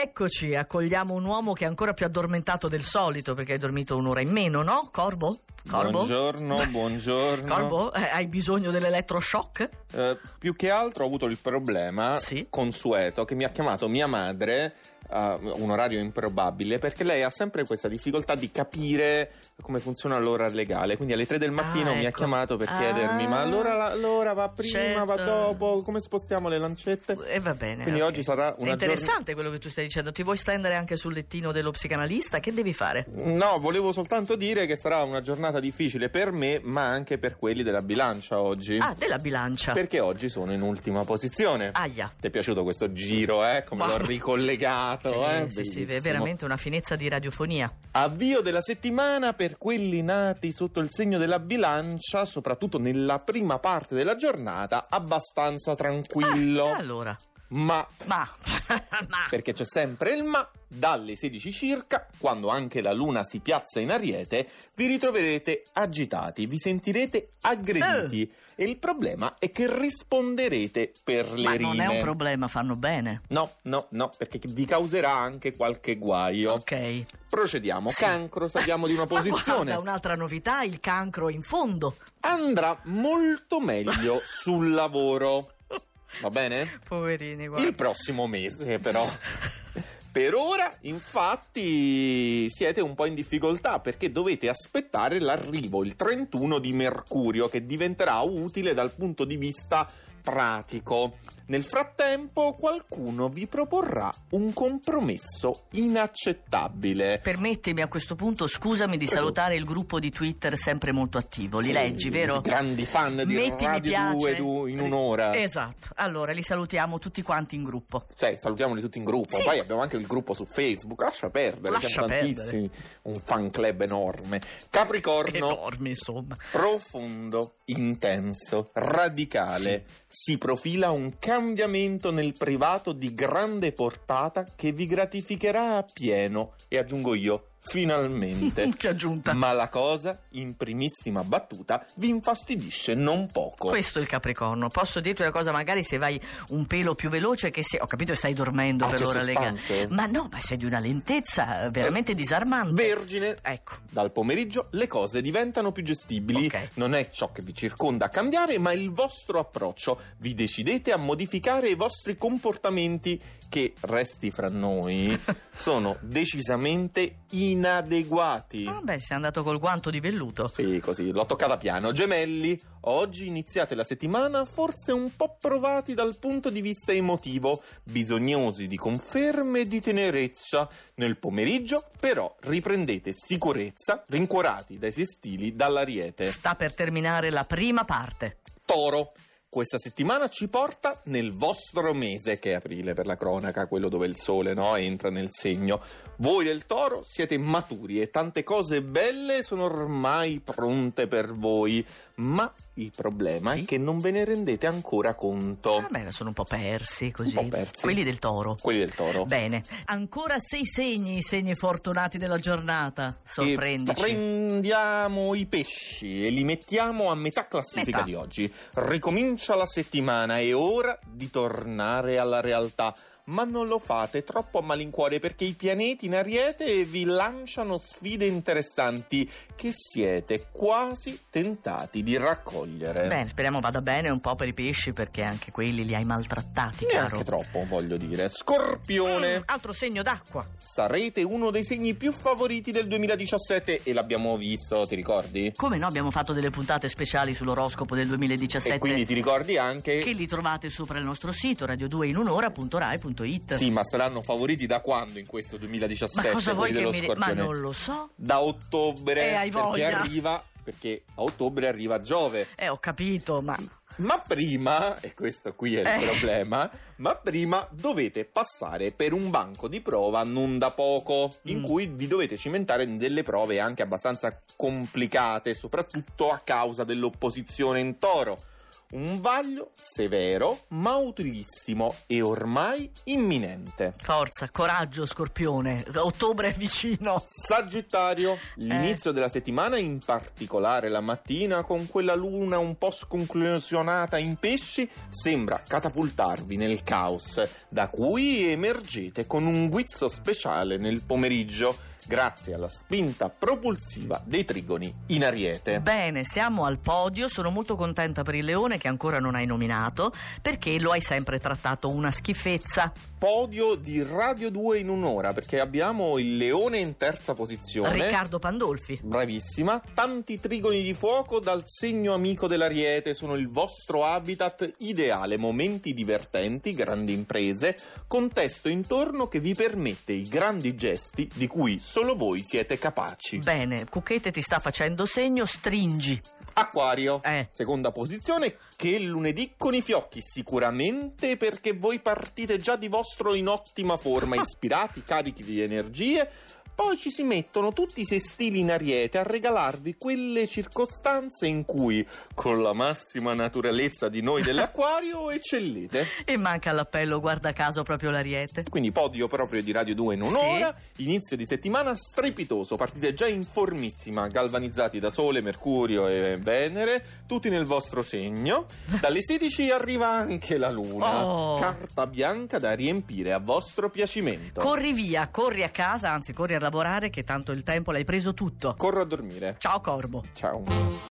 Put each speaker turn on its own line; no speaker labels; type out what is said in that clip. Eccoci, accogliamo un uomo che è ancora più addormentato del solito perché hai dormito un'ora in meno, no? Corbo? Corbo?
Buongiorno, buongiorno.
Corbo, eh, hai bisogno dell'elettroshock?
Eh, più che altro ho avuto il problema
Sì.
consueto che mi ha chiamato mia madre a un orario improbabile perché lei ha sempre questa difficoltà di capire come funziona l'ora legale. Quindi alle 3 del mattino mi ha
ecco.
chiamato per
Ah.
chiedermi ma allora la- l'ora va prima, va
Certo.
dopo, come spostiamo le lancette?
E Eh, va bene.
Quindi
va
oggi
bene.
sarà
È
una giornata...
interessante quello che tu stai dicendo. Ti vuoi stendere anche sul lettino dello psicanalista? Che devi fare?
No, volevo soltanto dire che sarà una giornata difficile per me, ma anche per quelli della bilancia oggi.
Ah, della bilancia.
Perché oggi sono in ultima posizione.
Aia.
Ti è piaciuto questo giro, eh? Come l'ho
Guarda.
ricollegato,
Sì,
eh?
sì, sì, è
Bellissimo.
veramente una finezza di radiofonia.
Avvio della settimana per quelli nati sotto il segno della bilancia, soprattutto nella prima parte della giornata, abbastanza tranquillo.
Ah, allora,
Ma,
ma, ma.
perché c'è sempre il ma, dalle 16 circa, quando anche la luna si piazza in ariete, vi ritroverete agitati, vi sentirete aggrediti.
Eh.
E il problema è che risponderete per le
ma
rime.
non è un problema, fanno bene.
No, no, no, perché vi causerà anche qualche guaio.
Ok.
Procediamo. Cancro, sappiamo di una
Ma
posizione.
guarda, un'altra novità, il cancro in fondo.
Andrà molto meglio sul lavoro. Va bene?
Poverini,
Il prossimo mese, però. Per ora, infatti, siete un po' in difficoltà perché dovete aspettare l'arrivo il 31 di Mercurio, che diventerà utile dal punto di vista pratico. Nel frattempo, qualcuno vi proporrà un compromesso inaccettabile.
Permettimi a questo punto, scusami di
Prego.
salutare il gruppo di Twitter sempre molto attivo. Li
Sì,
leggi, vero?
Grandi fan di
Metti mi
Radio
piace.
2 du- in un'ora.
Esatto. Allora, li salutiamo tutti quanti in gruppo.
Cioè, salutiamoli tutti in gruppo.
Sì.
Poi abbiamo anche il gruppo su Facebook. Lascia perdere,
Lascia
siamo
perdere.
tantissimi. Un fan club enorme. Capricorno,
Enormi, insomma.
profondo, intenso, radicale. Si profila un cambiamento nel privato di grande portata che vi gratificherà a pieno. E aggiungo io, finalmente.
che aggiunta.
Ma la cosa, in primissima battuta, vi infastidisce non poco.
Questo è il Capricorno. Posso dirti una cosa, magari se vai un pelo più veloce che se... Ho capito che stai dormendo
Ah,
per
c'è
l'ora legale.
suspense. Eh,
Ma no, ma sei di una lentezza veramente disarmante.
Vergine,
Ecco.
Dal pomeriggio le cose diventano più gestibili.
Ok.
Non è ciò che vi circonda a cambiare, ma il vostro approccio. Vi decidete a modificare i vostri comportamenti che, resti fra noi, sono decisamente inadeguati.
Vabbè, sei andato col guanto di velluto.
Sì, così, l'ho toccata piano. Gemelli, oggi iniziate la settimana forse un po' provati dal punto di vista emotivo, bisognosi di conferme e di tenerezza. Nel pomeriggio, però, riprendete sicurezza, rincuorati dai sestili dall'ariete.
Sta per terminare la prima parte.
Toro. Questa settimana ci porta nel vostro mese, che è aprile per la cronaca, quello dove il sole no, entra nel segno. Voi del toro siete maturi e tante cose belle sono ormai pronte per voi, ma il problema
Sì. Ah,
è che non ve ne rendete ancora conto.
Vabbè, sono un po' persi così.
Un po' persi.
Quelli del toro.
Quelli del toro.
Bene, ancora sei segni, i segni fortunati della giornata. Sorprendici.
E Prendiamo i pesci e li mettiamo a metà classifica
Metà.
di oggi. Ricomincia la settimana, è ora di tornare alla realtà. Ma non lo fate troppo a malincuore perché i pianeti in ariete vi lanciano sfide interessanti che siete quasi tentati di raccogliere.
Beh, speriamo vada bene un po' per i pesci perché anche quelli li hai maltrattati, caro.
Neanche troppo, voglio dire. Scorpione.
Mm, altro segno d'acqua.
Sarete uno dei segni più favoriti del 2017 e l'abbiamo visto, ti ricordi?
Come no, abbiamo fatto delle puntate speciali sull'oroscopo del 2017
E quindi ti ricordi anche
che li trovate sopra il nostro sito radio2inunora.rai.it.
Sì, ma saranno favoriti da quando in questo
Ma
2017?
cosa vuoi
quelli
che
dello
mi re- Ma
Scorpione?
non lo so.
Da ottobre
Eh, hai
perché
voglia.
arriva perché a ottobre arriva Giove.
Eh, ho capito, ma
Ma prima, e questo qui è il
Eh.
problema, ma prima dovete passare per un banco di prova non da poco, in
Mm.
cui vi dovete cimentare in delle prove anche abbastanza complicate, soprattutto a causa dell'opposizione in toro. Un vaglio severo, ma utilissimo e ormai imminente.
Forza, coraggio, scorpione. Ottobre è vicino.
Sagittario, l'inizio della settimana, in particolare la mattina, con quella luna un po' sconclusionata in pesci, sembra catapultarvi nel caos, da cui emergete con un guizzo speciale nel pomeriggio, grazie alla spinta propulsiva dei trigoni in ariete.
Bene, siamo al podio. Sono molto contenta per il leone che ancora non hai nominato perché lo hai sempre trattato una schifezza.
Podio di Radio 2 in un'ora, perché abbiamo il leone in terza posizione.
Riccardo Pandolfi.
Bravissima, tanti trigoni di fuoco dal segno amico dell'ariete sono il vostro habitat ideale, momenti divertenti, grandi imprese, contesto intorno che vi permette i grandi gesti di cui solo voi siete capaci.
Bene, Cucchete ti sta facendo segno, stringi.
Acquario,
Eh.
seconda posizione, che lunedì con i fiocchi, sicuramente perché voi partite già di vostro in ottima forma, ispirati, carichi di energie. Poi ci si mettono tutti i sestili in ariete a regalarvi quelle circostanze in cui, con la massima naturalezza di noi dell'acquario, eccellete.
E manca l'appello, guarda caso, proprio l'ariete.
Quindi podio proprio di Radio 2 in un'ora, inizio di settimana strepitoso, partite già in formissima, galvanizzati da Sole, Mercurio e Venere, tutti nel vostro segno. Dalle 16 arriva anche la Luna,
Oh.
carta bianca da riempire a vostro piacimento.
Corri via, corri a casa, anzi corri a lavorare che tanto il tempo l'hai preso tutto.
Corro a dormire.
Ciao Corbo.
Ciao.